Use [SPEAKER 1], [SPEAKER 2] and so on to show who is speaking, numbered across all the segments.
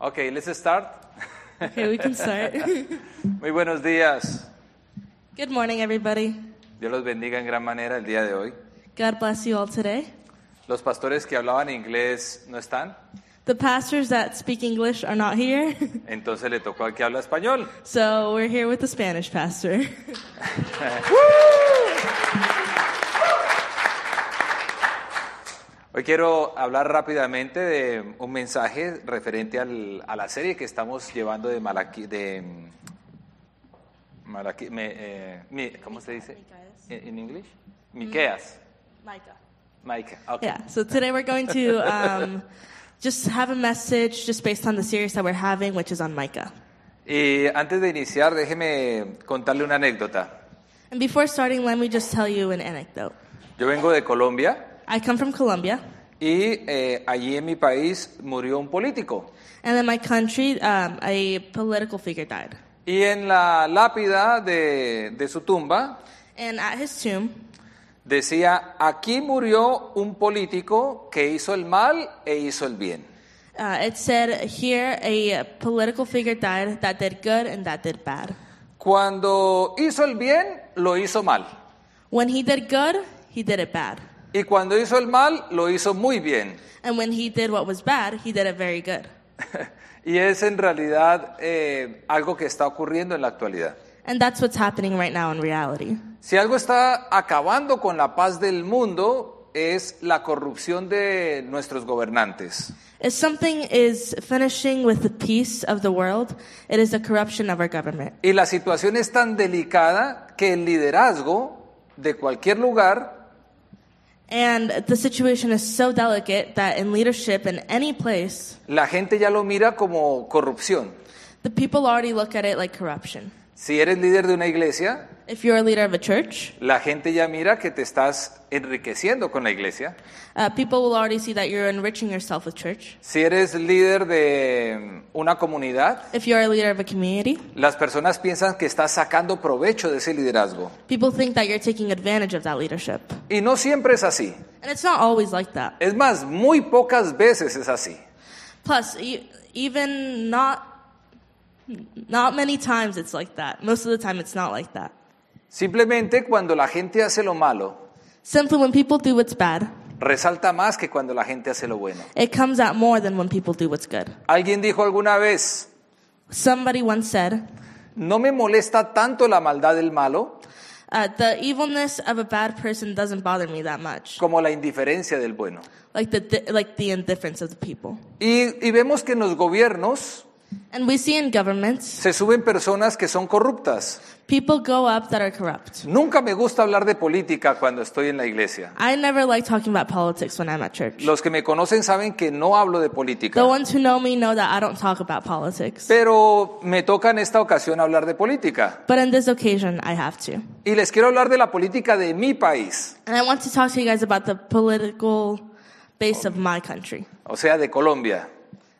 [SPEAKER 1] Okay, let's start.
[SPEAKER 2] Okay, we can start.
[SPEAKER 1] Muy buenos días.
[SPEAKER 2] Good morning, everybody.
[SPEAKER 1] Dios los bendiga en gran manera el día de hoy.
[SPEAKER 2] God bless you all today.
[SPEAKER 1] Los pastores que hablaban inglés no están,
[SPEAKER 2] The pastors that speak English are not here,
[SPEAKER 1] entonces le tocó al que habla español.
[SPEAKER 2] so we're here with the Spanish pastor.
[SPEAKER 1] Hoy quiero hablar rápidamente de un mensaje referente al- a la serie que estamos llevando de Malaquí, de mm, Malaquí- me- eh, mi- ¿cómo se dice?
[SPEAKER 2] Micaías.
[SPEAKER 1] ¿En inglés? Miqueas.
[SPEAKER 2] Micah.
[SPEAKER 1] Mike, ok.
[SPEAKER 2] Mm. Yeah, so today we're going to um, just have a message just based on the series that we're having, which is on Micah.
[SPEAKER 1] Y antes de iniciar, déjeme contarle una anécdota.
[SPEAKER 2] And before starting, let me just tell you an anecdote.
[SPEAKER 1] Yo vengo de Colombia
[SPEAKER 2] I come from Colombia,
[SPEAKER 1] y eh, allí en mi país murió un político.
[SPEAKER 2] and in my country, um, a political figure died.
[SPEAKER 1] Y en la lápida de, de su tumba
[SPEAKER 2] And at his tomb,
[SPEAKER 1] decía, aquí murió un político que hizo el mal e hizo el bien.
[SPEAKER 2] Uh, it said here a political figure died that did good and that did bad.
[SPEAKER 1] Cuando hizo el bien, lo hizo mal.
[SPEAKER 2] When he did good, he did it bad.
[SPEAKER 1] Y cuando hizo el mal, lo hizo muy bien.
[SPEAKER 2] And when he did what was bad, he did it very good.
[SPEAKER 1] Y es en realidad eh, algo que está ocurriendo en la actualidad.
[SPEAKER 2] And that's what's happening right now in reality.
[SPEAKER 1] Si algo está acabando con la paz del mundo, es la corrupción de nuestros gobernantes.
[SPEAKER 2] If something is finishing with the peace of the world, it is the corruption of our government.
[SPEAKER 1] Y la situación es tan delicada que el liderazgo de cualquier lugar
[SPEAKER 2] And the situation is so delicate that in leadership in any place,
[SPEAKER 1] la gente ya lo mira como corrupción.
[SPEAKER 2] the people already look at it like corruption.
[SPEAKER 1] Si eres líder de una iglesia,
[SPEAKER 2] If you're a leader of a church,
[SPEAKER 1] la gente ya mira que te estás enriqueciendo con la iglesia.
[SPEAKER 2] uh, people will already see that you're enriching yourself with church.
[SPEAKER 1] Si eres líder de una comunidad,
[SPEAKER 2] If you're a leader of a community,
[SPEAKER 1] las personas piensan que estás sacando provecho de ese liderazgo.
[SPEAKER 2] people think that you're taking advantage of that leadership.
[SPEAKER 1] Y no siempre es así.
[SPEAKER 2] And it's not always like that.
[SPEAKER 1] Es más, muy pocas veces es así.
[SPEAKER 2] Plus, e- even not not many times it's like that. Most of the time it's not like that.
[SPEAKER 1] Simplemente cuando la gente hace lo malo,
[SPEAKER 2] Simply when people do what's bad,
[SPEAKER 1] resalta más que cuando la gente hace lo bueno.
[SPEAKER 2] it comes out more than when people do what's good.
[SPEAKER 1] Alguien dijo alguna vez,
[SPEAKER 2] Somebody once said,
[SPEAKER 1] no me molesta tanto la maldad del malo
[SPEAKER 2] uh, "The evilness of a bad person doesn't bother me that much,
[SPEAKER 1] como la indiferencia del bueno.
[SPEAKER 2] like the di- like the indifference of the people."
[SPEAKER 1] Y, y vemos que en los gobiernos
[SPEAKER 2] And we see in governments,
[SPEAKER 1] se suben personas que son corruptas.
[SPEAKER 2] people go up that are corrupt.
[SPEAKER 1] Nunca me gusta hablar de política cuando estoy en la iglesia.
[SPEAKER 2] I never like talking about politics when I'm at church.
[SPEAKER 1] Los que me conocen saben que no hablo de
[SPEAKER 2] The
[SPEAKER 1] política,
[SPEAKER 2] ones who know me know that I don't talk about politics.
[SPEAKER 1] pero me toca en esta ocasión hablar de política.
[SPEAKER 2] But on this occasion, I have to.
[SPEAKER 1] Y les quiero hablar de la política de mi país,
[SPEAKER 2] And I want to talk to you guys about the political base of my country,
[SPEAKER 1] o sea, de Colombia.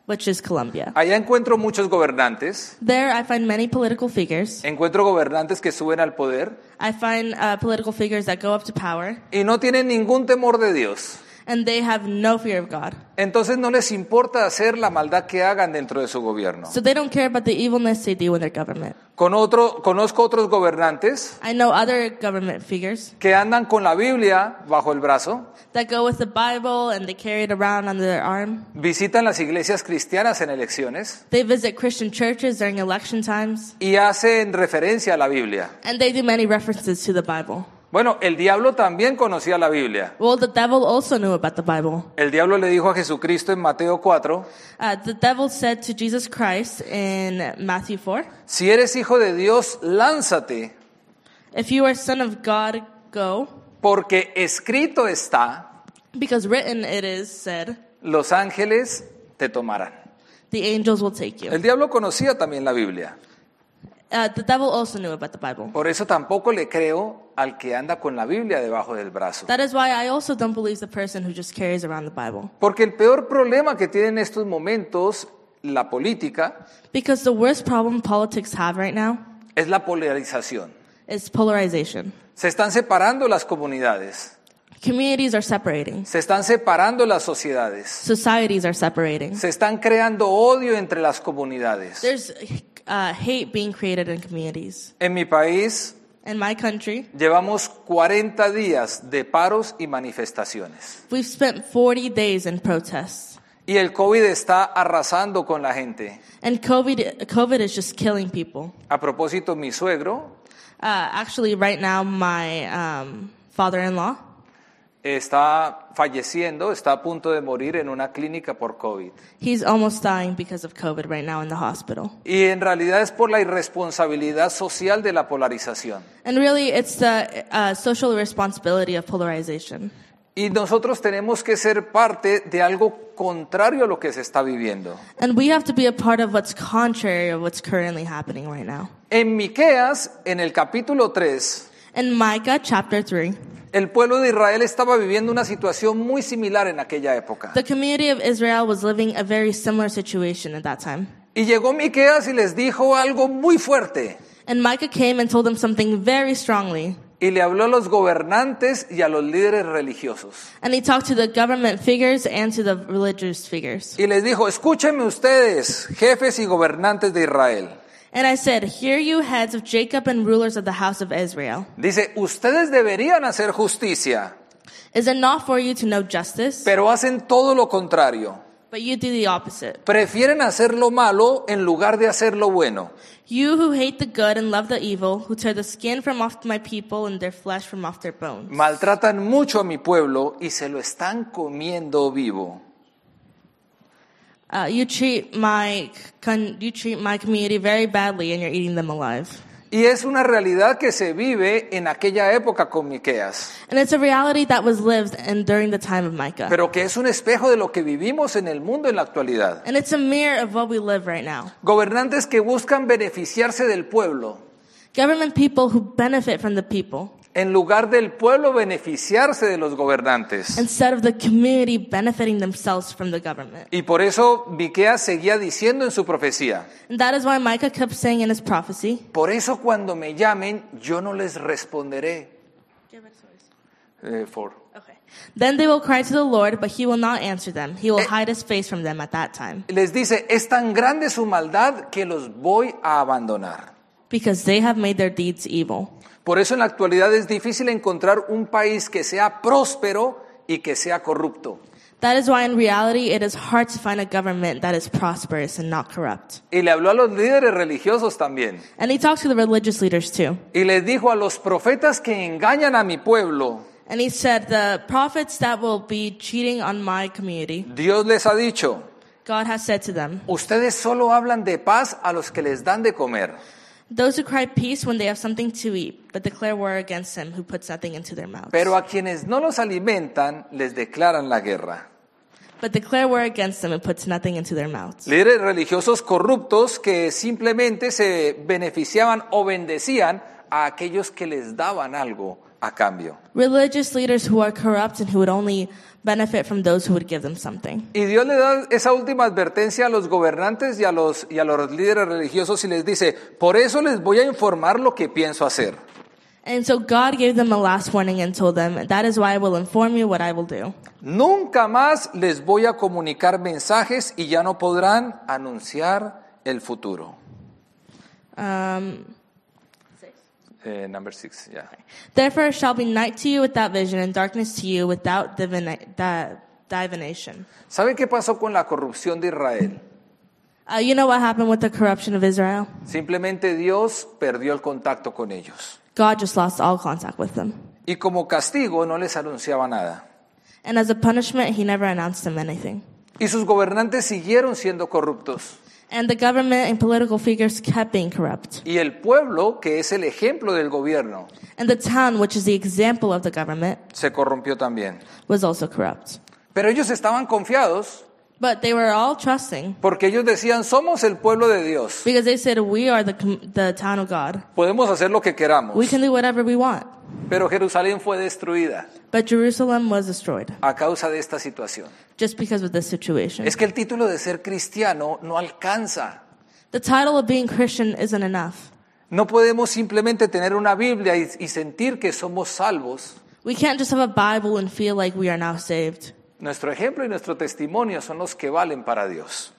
[SPEAKER 2] which is Colombia.
[SPEAKER 1] Allá encuentro muchos gobernantes.
[SPEAKER 2] There, I find many political figures.
[SPEAKER 1] Encuentro gobernantes que suben al poder
[SPEAKER 2] I find uh, political figures that go up to power,
[SPEAKER 1] y no tienen ningún temor de Dios.
[SPEAKER 2] and they have no fear of God.
[SPEAKER 1] Entonces no les importa hacer la maldad que hagan dentro de su gobierno.
[SPEAKER 2] So they don't care about the evilness they do in their government.
[SPEAKER 1] Con otro, conozco otros gobernantes
[SPEAKER 2] I know other government figures
[SPEAKER 1] que andan con la Biblia bajo el brazo,
[SPEAKER 2] that go with the Bible and they carry it around under their arm.
[SPEAKER 1] visitan las iglesias cristianas en elecciones
[SPEAKER 2] They visit Christian churches during election times,
[SPEAKER 1] y hacen referencia a la Biblia.
[SPEAKER 2] and they do many references to the Bible.
[SPEAKER 1] Bueno, el diablo también conocía la Biblia.
[SPEAKER 2] Well, the devil also knew about the Bible.
[SPEAKER 1] El diablo le dijo a Jesucristo en Mateo 4,
[SPEAKER 2] Uh, the devil said to Jesus Christ in Matthew 4,
[SPEAKER 1] si eres hijo de Dios, lánzate,
[SPEAKER 2] If you are son of God, go,
[SPEAKER 1] porque escrito está,
[SPEAKER 2] because written it is said,
[SPEAKER 1] los ángeles te tomarán.
[SPEAKER 2] the angels will take you.
[SPEAKER 1] El diablo conocía también la Biblia.
[SPEAKER 2] Uh, the devil also knew about the Bible.
[SPEAKER 1] Por eso tampoco le creo al que anda con la Biblia debajo del brazo.
[SPEAKER 2] That is why I also don't believe the person who just carries around the Bible.
[SPEAKER 1] Porque el peor problema que tiene en estos momentos la política
[SPEAKER 2] Because the worst problem politics have right now
[SPEAKER 1] es la polarización.
[SPEAKER 2] is polarization.
[SPEAKER 1] Se están separando las comunidades.
[SPEAKER 2] Communities are separating.
[SPEAKER 1] Se están separando las sociedades.
[SPEAKER 2] Societies are separating.
[SPEAKER 1] Se están creando odio entre las comunidades.
[SPEAKER 2] There's uh, hate being created in communities.
[SPEAKER 1] En mi país
[SPEAKER 2] In my country,
[SPEAKER 1] llevamos 40 días de paros y manifestaciones.
[SPEAKER 2] we've spent 40 days in protests.
[SPEAKER 1] Y el COVID está arrasando con la gente.
[SPEAKER 2] And COVID, COVID is just killing people.
[SPEAKER 1] A propósito, mi suegro
[SPEAKER 2] Uh, actually, right now, my um, father in law,
[SPEAKER 1] está falleciendo, está a punto de morir en una clínica por COVID.
[SPEAKER 2] he's almost dying because of COVID right now in the hospital.
[SPEAKER 1] Y en realidad es por la irresponsabilidad social de la polarización.
[SPEAKER 2] And really, it's the uh, social responsibility of polarization.
[SPEAKER 1] Y nosotros tenemos que ser parte de algo contrario a lo que se está viviendo.
[SPEAKER 2] And we have to be a part of what's contrary of what's currently happening right now.
[SPEAKER 1] En Miqueas, en el capítulo 3,
[SPEAKER 2] In Micah chapter 3,
[SPEAKER 1] el pueblo de Israel estaba viviendo una situación muy similar en aquella época.
[SPEAKER 2] the community of Israel was living a very similar situation at that time.
[SPEAKER 1] Y llegó Miqueas y les dijo algo muy fuerte.
[SPEAKER 2] And Micah came and told them something very strongly.
[SPEAKER 1] Y le habló a los gobernantes y a los líderes religiosos.
[SPEAKER 2] And he talked to the government figures and to the religious figures.
[SPEAKER 1] Y les dijo, escúchenme ustedes, jefes y gobernantes de Israel.
[SPEAKER 2] And I said, Hear you, heads of Jacob and rulers of the house of Israel.
[SPEAKER 1] Dice, ustedes deberían hacer justicia,
[SPEAKER 2] Is it not for you to know justice?
[SPEAKER 1] pero hacen todo lo contrario.
[SPEAKER 2] But you do the opposite.
[SPEAKER 1] Prefieren hacer lo malo en lugar de hacer lo bueno.
[SPEAKER 2] You who hate the good and love the evil, who tear the skin from off my people and their flesh from off their bones.
[SPEAKER 1] Maltratan mucho a mi pueblo y se lo están comiendo vivo.
[SPEAKER 2] Uh, you treat my con- you treat my community very badly, and you're eating them alive.
[SPEAKER 1] Y es una realidad que se vive en aquella época con Miqueas,
[SPEAKER 2] And it's a reality that was lived and during the time of Micah.
[SPEAKER 1] pero que es un espejo de lo que vivimos en el mundo en la actualidad.
[SPEAKER 2] and it's a mirror of what we live right now.
[SPEAKER 1] Gobernantes que buscan beneficiarse del pueblo
[SPEAKER 2] Government people who benefit from the people
[SPEAKER 1] en lugar del pueblo beneficiarse de los gobernantes.
[SPEAKER 2] instead of the community benefiting themselves from the government.
[SPEAKER 1] Y por eso Miqueas seguía diciendo en su profecía,
[SPEAKER 2] And that is why Micah kept saying in his prophecy,
[SPEAKER 1] por eso cuando me llamen yo no les responderé. Eh, for.
[SPEAKER 2] okay. Then they will cry to the Lord, but he will not answer them. He will hide his face from them at that time,
[SPEAKER 1] Les dice, es tan grande su maldad que los voy a abandonar.
[SPEAKER 2] because they have made their deeds evil.
[SPEAKER 1] Por eso en la actualidad es difícil encontrar un país que sea próspero y que sea corrupto.
[SPEAKER 2] That is why in reality it is hard to find a government that is prosperous and not corrupt.
[SPEAKER 1] Y le habló a los líderes religiosos también.
[SPEAKER 2] And he talks to the religious leaders too.
[SPEAKER 1] Y les dijo a los profetas que engañan a mi pueblo,
[SPEAKER 2] And he said, the prophets that will be cheating on my community,
[SPEAKER 1] Dios les ha dicho,
[SPEAKER 2] God has said to them,
[SPEAKER 1] Ustedes solo hablan de paz a los que les dan de comer.
[SPEAKER 2] Those who cry peace when they have something to eat, but declare war against him who puts nothing into their mouths.
[SPEAKER 1] Pero a quienes no los alimentan les declaran la guerra.
[SPEAKER 2] but declare war against him who puts nothing into their mouths.
[SPEAKER 1] Líderes religiosos corruptos que simplemente se beneficiaban o bendecían a aquellos que les daban algo a cambio.
[SPEAKER 2] Religious leaders who are corrupt and who would only benefit from those who would give them something.
[SPEAKER 1] Y Dios le da esa última advertencia a los gobernantes y a los, y a los líderes religiosos y les dice, por eso les voy a informar lo que pienso hacer.
[SPEAKER 2] And so God gave them a last warning and told them, That is why I will inform you what I will do.
[SPEAKER 1] Nunca más les voy a comunicar mensajes y ya no podrán anunciar el futuro.
[SPEAKER 2] Um,
[SPEAKER 1] Eh, number six, yeah.
[SPEAKER 2] Therefore it shall be night to you without vision, and darkness to you without divina- di- divination.
[SPEAKER 1] ¿Saben qué pasó con la corrupción de Israel?
[SPEAKER 2] Uh, you know what happened with the corruption of Israel?
[SPEAKER 1] Simplemente Dios perdió el contacto con ellos.
[SPEAKER 2] God just lost all contact with them.
[SPEAKER 1] Y como castigo no les anunciaba nada.
[SPEAKER 2] And as a punishment, he never announced them anything.
[SPEAKER 1] Y sus gobernantes siguieron siendo corruptos.
[SPEAKER 2] And the government and political figures kept being corrupt.
[SPEAKER 1] Y el pueblo, que es el ejemplo del gobierno,
[SPEAKER 2] And the town, which is the example of the government,
[SPEAKER 1] se corrompió también.
[SPEAKER 2] was also corrupt.
[SPEAKER 1] Pero ellos estaban confiados
[SPEAKER 2] But they were all trusting
[SPEAKER 1] porque ellos decían, somos el pueblo de Dios.
[SPEAKER 2] because they said, We are the, com- the town of God.
[SPEAKER 1] Podemos hacer lo que queramos.
[SPEAKER 2] We can do whatever we want.
[SPEAKER 1] Pero Jerusalén fue destruida
[SPEAKER 2] But Jerusalem was destroyed
[SPEAKER 1] a causa de esta situación.
[SPEAKER 2] just because of this situation.
[SPEAKER 1] Es que el título de ser cristiano no alcanza.
[SPEAKER 2] The title of being Christian isn't enough.
[SPEAKER 1] No podemos simplemente tener una Biblia y, y sentir que somos salvos
[SPEAKER 2] We can't just have a Bible and feel like we are now saved.
[SPEAKER 1] Nuestro ejemplo y nuestro testimonio son los que valen para Dios.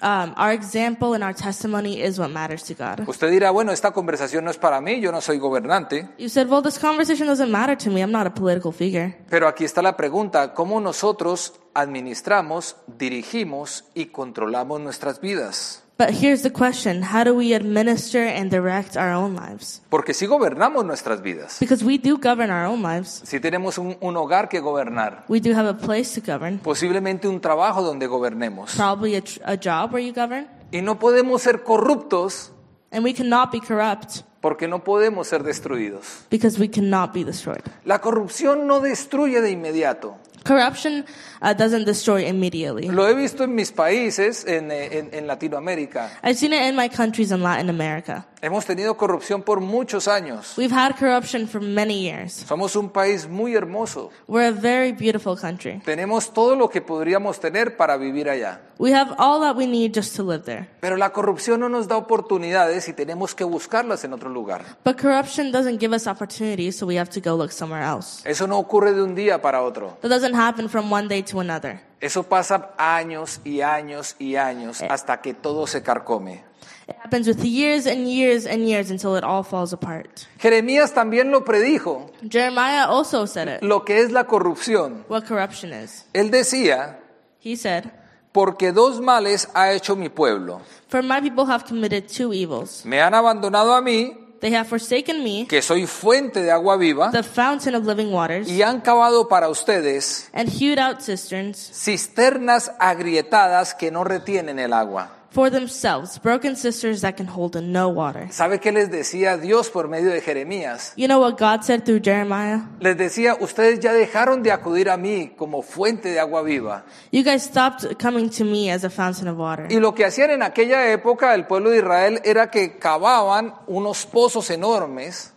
[SPEAKER 2] Um, our example and our testimony is what matters to God.
[SPEAKER 1] Usted dirá, bueno, esta conversación no es para mí, yo no soy gobernante.
[SPEAKER 2] You said, well, this conversation doesn't matter to me. I'm not a political figure.
[SPEAKER 1] Pero aquí está la pregunta, ¿cómo nosotros administramos, dirigimos y controlamos nuestras vidas?
[SPEAKER 2] But here's the question How do we administer and direct our own lives?
[SPEAKER 1] Porque si gobernamos nuestras vidas,
[SPEAKER 2] Because we do govern our own lives,
[SPEAKER 1] si tenemos un, un hogar que gobernar,
[SPEAKER 2] we do have a place to govern,
[SPEAKER 1] posiblemente un trabajo donde gobernemos,
[SPEAKER 2] probably a, tr- a job where you govern,
[SPEAKER 1] y no podemos ser corruptos
[SPEAKER 2] and we cannot be corrupt
[SPEAKER 1] porque no podemos ser destruidos.
[SPEAKER 2] because we cannot be destroyed.
[SPEAKER 1] La corrupción no destruye de inmediato.
[SPEAKER 2] Corruption uh, doesn't destroy immediately.
[SPEAKER 1] Lo he visto en mis países, en, eh, en- en Latinoamérica.
[SPEAKER 2] I've seen it in my countries in Latin America.
[SPEAKER 1] Hemos tenido corrupción por muchos años.
[SPEAKER 2] We've had corruption for many years.
[SPEAKER 1] Somos un país muy hermoso.
[SPEAKER 2] We're a very beautiful country.
[SPEAKER 1] Tenemos todo lo que podríamos tener para vivir allá.
[SPEAKER 2] We have all that we need just to live there.
[SPEAKER 1] Pero la corrupción no nos da oportunidades y tenemos que buscarlas en otro lugar.
[SPEAKER 2] But corruption doesn't give us opportunities, so we have to go look somewhere else.
[SPEAKER 1] Eso no ocurre de un día para otro.
[SPEAKER 2] That doesn't happen from one day to another.
[SPEAKER 1] Eso pasa años y años y años hasta que todo se carcome.
[SPEAKER 2] It happens with years and years and years until it all falls apart.
[SPEAKER 1] Jeremías también lo predijo,
[SPEAKER 2] Jeremiah also said it.
[SPEAKER 1] lo que es la corrupción.
[SPEAKER 2] What corruption is.
[SPEAKER 1] Él decía,
[SPEAKER 2] He said,
[SPEAKER 1] porque dos males ha hecho mi pueblo.
[SPEAKER 2] For my people have committed two evils.
[SPEAKER 1] Me han abandonado a mí,
[SPEAKER 2] They have forsaken me,
[SPEAKER 1] que soy fuente de agua viva,
[SPEAKER 2] the fountain of living waters,
[SPEAKER 1] y han cavado para ustedes
[SPEAKER 2] and hewed out cisterns
[SPEAKER 1] cisternas agrietadas que no retienen el agua.
[SPEAKER 2] for themselves, broken cisterns that can hold in no water.
[SPEAKER 1] ¿Sabe qué les decía Dios por medio de Jeremías?
[SPEAKER 2] You know what God said through Jeremiah?
[SPEAKER 1] Les decía, ustedes ya dejaron de acudir a mí como fuente de agua viva.
[SPEAKER 2] You guys stopped coming to me as a fountain of water.
[SPEAKER 1] Y lo que hacían en aquella época el pueblo de Israel era que cavaban unos pozos enormes,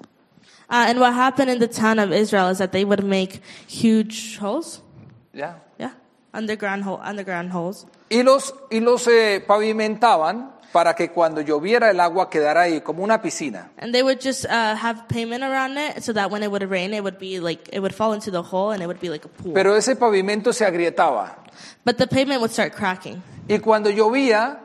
[SPEAKER 2] Uh, and what happened in the town of Israel is that they would make huge holes,
[SPEAKER 1] ¿ya?
[SPEAKER 2] yeah, underground hole, underground holes,
[SPEAKER 1] Y los, y los eh, pavimentaban para que cuando lloviera el agua quedara ahí, como una piscina.
[SPEAKER 2] and they would just uh, have pavement around it so that when it would rain, it would be like it would fall into the hole and it would be like a pool.
[SPEAKER 1] Pero ese pavimento se agrietaba.
[SPEAKER 2] but the pavement would start cracking,
[SPEAKER 1] Y cuando llovía,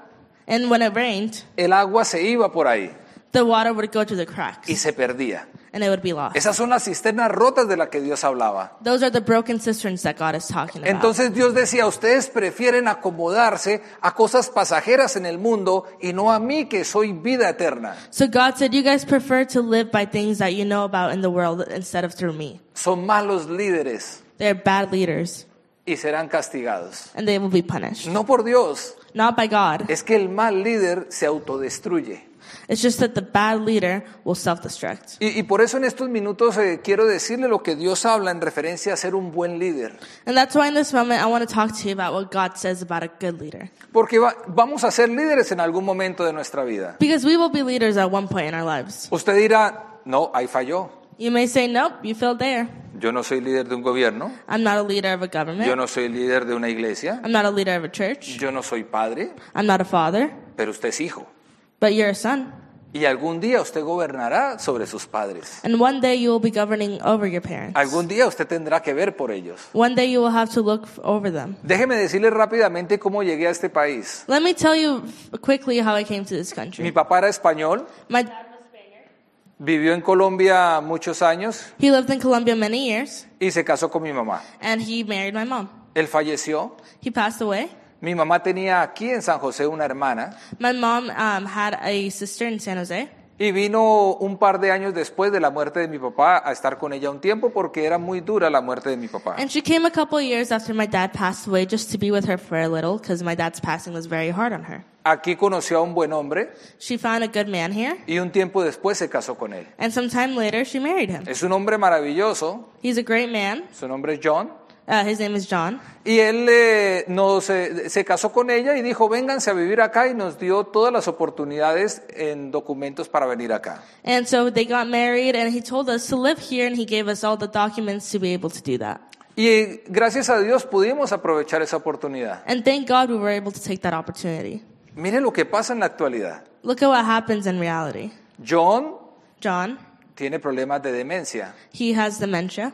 [SPEAKER 2] and when it rained,
[SPEAKER 1] el agua se iba por ahí
[SPEAKER 2] the water would go through the cracks
[SPEAKER 1] y se perdía.
[SPEAKER 2] and it would be lost.
[SPEAKER 1] Esas son las cisternas rotas de las que Dios hablaba.
[SPEAKER 2] Those are the broken cisterns that God is talking about.
[SPEAKER 1] Entonces Dios decía, ustedes prefieren acomodarse a cosas pasajeras en el mundo y no a mí que soy vida eterna.
[SPEAKER 2] so God said, "You guys prefer to live by things that you know about in the world instead of through me.
[SPEAKER 1] Son malos líderes
[SPEAKER 2] They're bad leaders,
[SPEAKER 1] y serán castigados.
[SPEAKER 2] and they will be punished,
[SPEAKER 1] No por Dios,
[SPEAKER 2] not by God."
[SPEAKER 1] es que el mal líder se autodestruye.
[SPEAKER 2] It's just that the bad leader will self destruct.
[SPEAKER 1] Y, y por eso en estos minutos eh, quiero decirle lo que Dios habla en referencia a ser un buen líder.
[SPEAKER 2] And that's why in this moment I want to talk to you about what God says about a good leader.
[SPEAKER 1] Porque va- vamos a ser líderes en algún momento de nuestra vida.
[SPEAKER 2] Because we will be leaders at one point in our lives.
[SPEAKER 1] Usted dirá, no, ahí falló.
[SPEAKER 2] You may say, Nope, you failed there.
[SPEAKER 1] Yo no soy líder de un gobierno,
[SPEAKER 2] I'm not a leader of a
[SPEAKER 1] yo
[SPEAKER 2] government.
[SPEAKER 1] no soy líder de una iglesia,
[SPEAKER 2] I'm not a leader of a church.
[SPEAKER 1] yo no soy padre,
[SPEAKER 2] I'm not a father.
[SPEAKER 1] pero usted es hijo.
[SPEAKER 2] But you're a son.
[SPEAKER 1] Y algún día usted gobernará sobre sus padres.
[SPEAKER 2] And one day you will be governing over your parents.
[SPEAKER 1] Algún día usted tendrá que ver por ellos.
[SPEAKER 2] One day you will have to look f- over them.
[SPEAKER 1] Déjeme decirle rápidamente cómo llegué a este país.
[SPEAKER 2] Let me tell you f- quickly how I came to this
[SPEAKER 1] Mi
[SPEAKER 2] country.
[SPEAKER 1] papá era español,
[SPEAKER 2] My dad was Spaniard.
[SPEAKER 1] vivió en Colombia muchos años
[SPEAKER 2] He lived in Colombia many years,
[SPEAKER 1] y se casó con mi mamá.
[SPEAKER 2] and he married my mom.
[SPEAKER 1] Él falleció.
[SPEAKER 2] He passed away.
[SPEAKER 1] Mi mamá tenía aquí en San José una hermana
[SPEAKER 2] My mom um, had a sister in San Jose,
[SPEAKER 1] y vino un par de años después de la muerte de mi papá a estar con ella un tiempo porque era muy dura la muerte de mi papá.
[SPEAKER 2] and she came a couple of years after my dad passed away just to be with her for a little because my dad's passing was very hard on her.
[SPEAKER 1] Aquí conoció a un buen hombre
[SPEAKER 2] She found a good man here,
[SPEAKER 1] y un tiempo después se casó con él.
[SPEAKER 2] and some time later she married him.
[SPEAKER 1] Es un hombre maravilloso,
[SPEAKER 2] He's a great man.
[SPEAKER 1] su nombre es John,
[SPEAKER 2] Uh, his name is John.
[SPEAKER 1] y él eh, nos, eh, se casó con ella y dijo, vénganse a vivir acá y nos dio todas las oportunidades en documentos para venir acá.
[SPEAKER 2] And so they got married, and he told us to live here, and he gave us all the documents to be able to do that.
[SPEAKER 1] Y eh, gracias a Dios pudimos aprovechar esa oportunidad.
[SPEAKER 2] And thank God we were able to take that opportunity.
[SPEAKER 1] Mire lo que pasa en la actualidad.
[SPEAKER 2] Look at what happens in reality.
[SPEAKER 1] John
[SPEAKER 2] John,
[SPEAKER 1] tiene problemas de demencia.
[SPEAKER 2] he has dementia.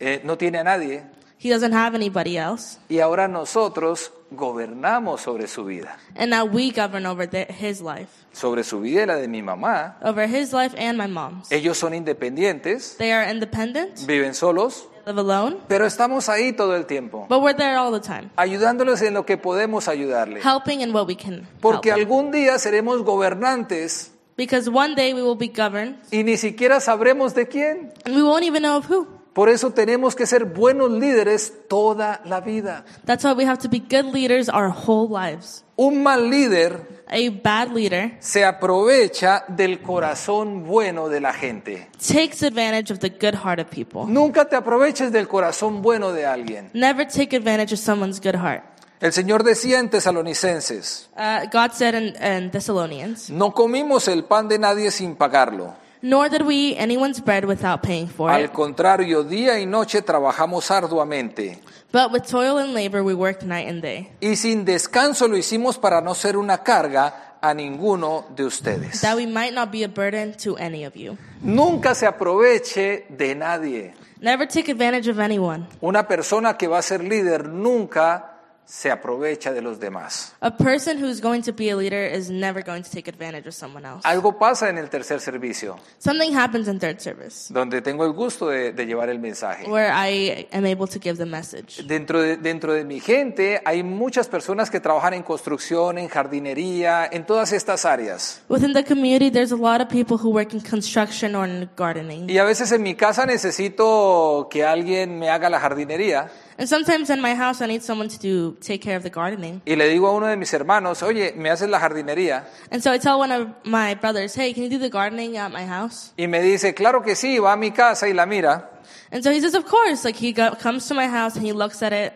[SPEAKER 1] Eh, no tiene a nadie.
[SPEAKER 2] He doesn't have anybody else.
[SPEAKER 1] Y ahora nosotros gobernamos sobre su vida,
[SPEAKER 2] And now we govern over their, his life,
[SPEAKER 1] sobre su vida y la de mi mamá.
[SPEAKER 2] over his life and my mom's.
[SPEAKER 1] Ellos son independientes,
[SPEAKER 2] They are independent,
[SPEAKER 1] viven solos,
[SPEAKER 2] they live alone,
[SPEAKER 1] pero estamos ahí todo el tiempo,
[SPEAKER 2] but we're there all the time,
[SPEAKER 1] ayudándoles en lo que podemos ayudarles.
[SPEAKER 2] helping in what we can. Help.
[SPEAKER 1] Porque algún día seremos gobernantes
[SPEAKER 2] Because one day we will be governed,
[SPEAKER 1] y ni siquiera sabremos de quién.
[SPEAKER 2] and we won't even know of who.
[SPEAKER 1] Por eso tenemos que ser buenos líderes toda la vida.
[SPEAKER 2] That's why we have to be good leaders our whole lives.
[SPEAKER 1] Un mal líder
[SPEAKER 2] A bad leader
[SPEAKER 1] se aprovecha del corazón bueno de la gente.
[SPEAKER 2] takes advantage of the good heart of people.
[SPEAKER 1] Nunca te aproveches del corazón bueno de alguien.
[SPEAKER 2] Never take advantage of someone's good heart.
[SPEAKER 1] El Señor decía en Tesalonicenses,
[SPEAKER 2] Uh, God said in, in Thessalonians,
[SPEAKER 1] no comimos el pan de nadie sin pagarlo.
[SPEAKER 2] Nor did we eat anyone's bread without paying for
[SPEAKER 1] Al
[SPEAKER 2] it,
[SPEAKER 1] contrario, día y noche trabajamos arduamente
[SPEAKER 2] but with toil and labor we worked night and day,
[SPEAKER 1] y sin descanso lo hicimos para no ser una carga a ninguno de ustedes.
[SPEAKER 2] that we might not be a burden to any of you.
[SPEAKER 1] Nunca se aproveche de nadie.
[SPEAKER 2] Never take advantage of anyone.
[SPEAKER 1] Una persona que va a ser líder nunca se aprovecha de los demás.
[SPEAKER 2] A person who's going to be a leader is never going to take advantage of someone else.
[SPEAKER 1] Algo pasa en el tercer servicio,
[SPEAKER 2] Something happens in third service
[SPEAKER 1] donde tengo el gusto de, de llevar el mensaje.
[SPEAKER 2] where I am able to give the message.
[SPEAKER 1] Dentro de, dentro de mi gente hay muchas personas que trabajan en construcción, en jardinería, en todas estas áreas.
[SPEAKER 2] Within the community, there's a lot of people who work in construction or in gardening.
[SPEAKER 1] Y a veces en mi casa necesito que alguien me haga la jardinería
[SPEAKER 2] And sometimes in my house, I need someone to do, take care of the gardening.
[SPEAKER 1] y le digo a uno de mis hermanos, oye, ¿me haces la jardinería?
[SPEAKER 2] And so I tell one of my brothers, hey, can you do the gardening at my house?
[SPEAKER 1] Y me dice, claro que sí, va a mi casa y la mira.
[SPEAKER 2] And so he says, of course. Like he go, comes to my house and he looks at it.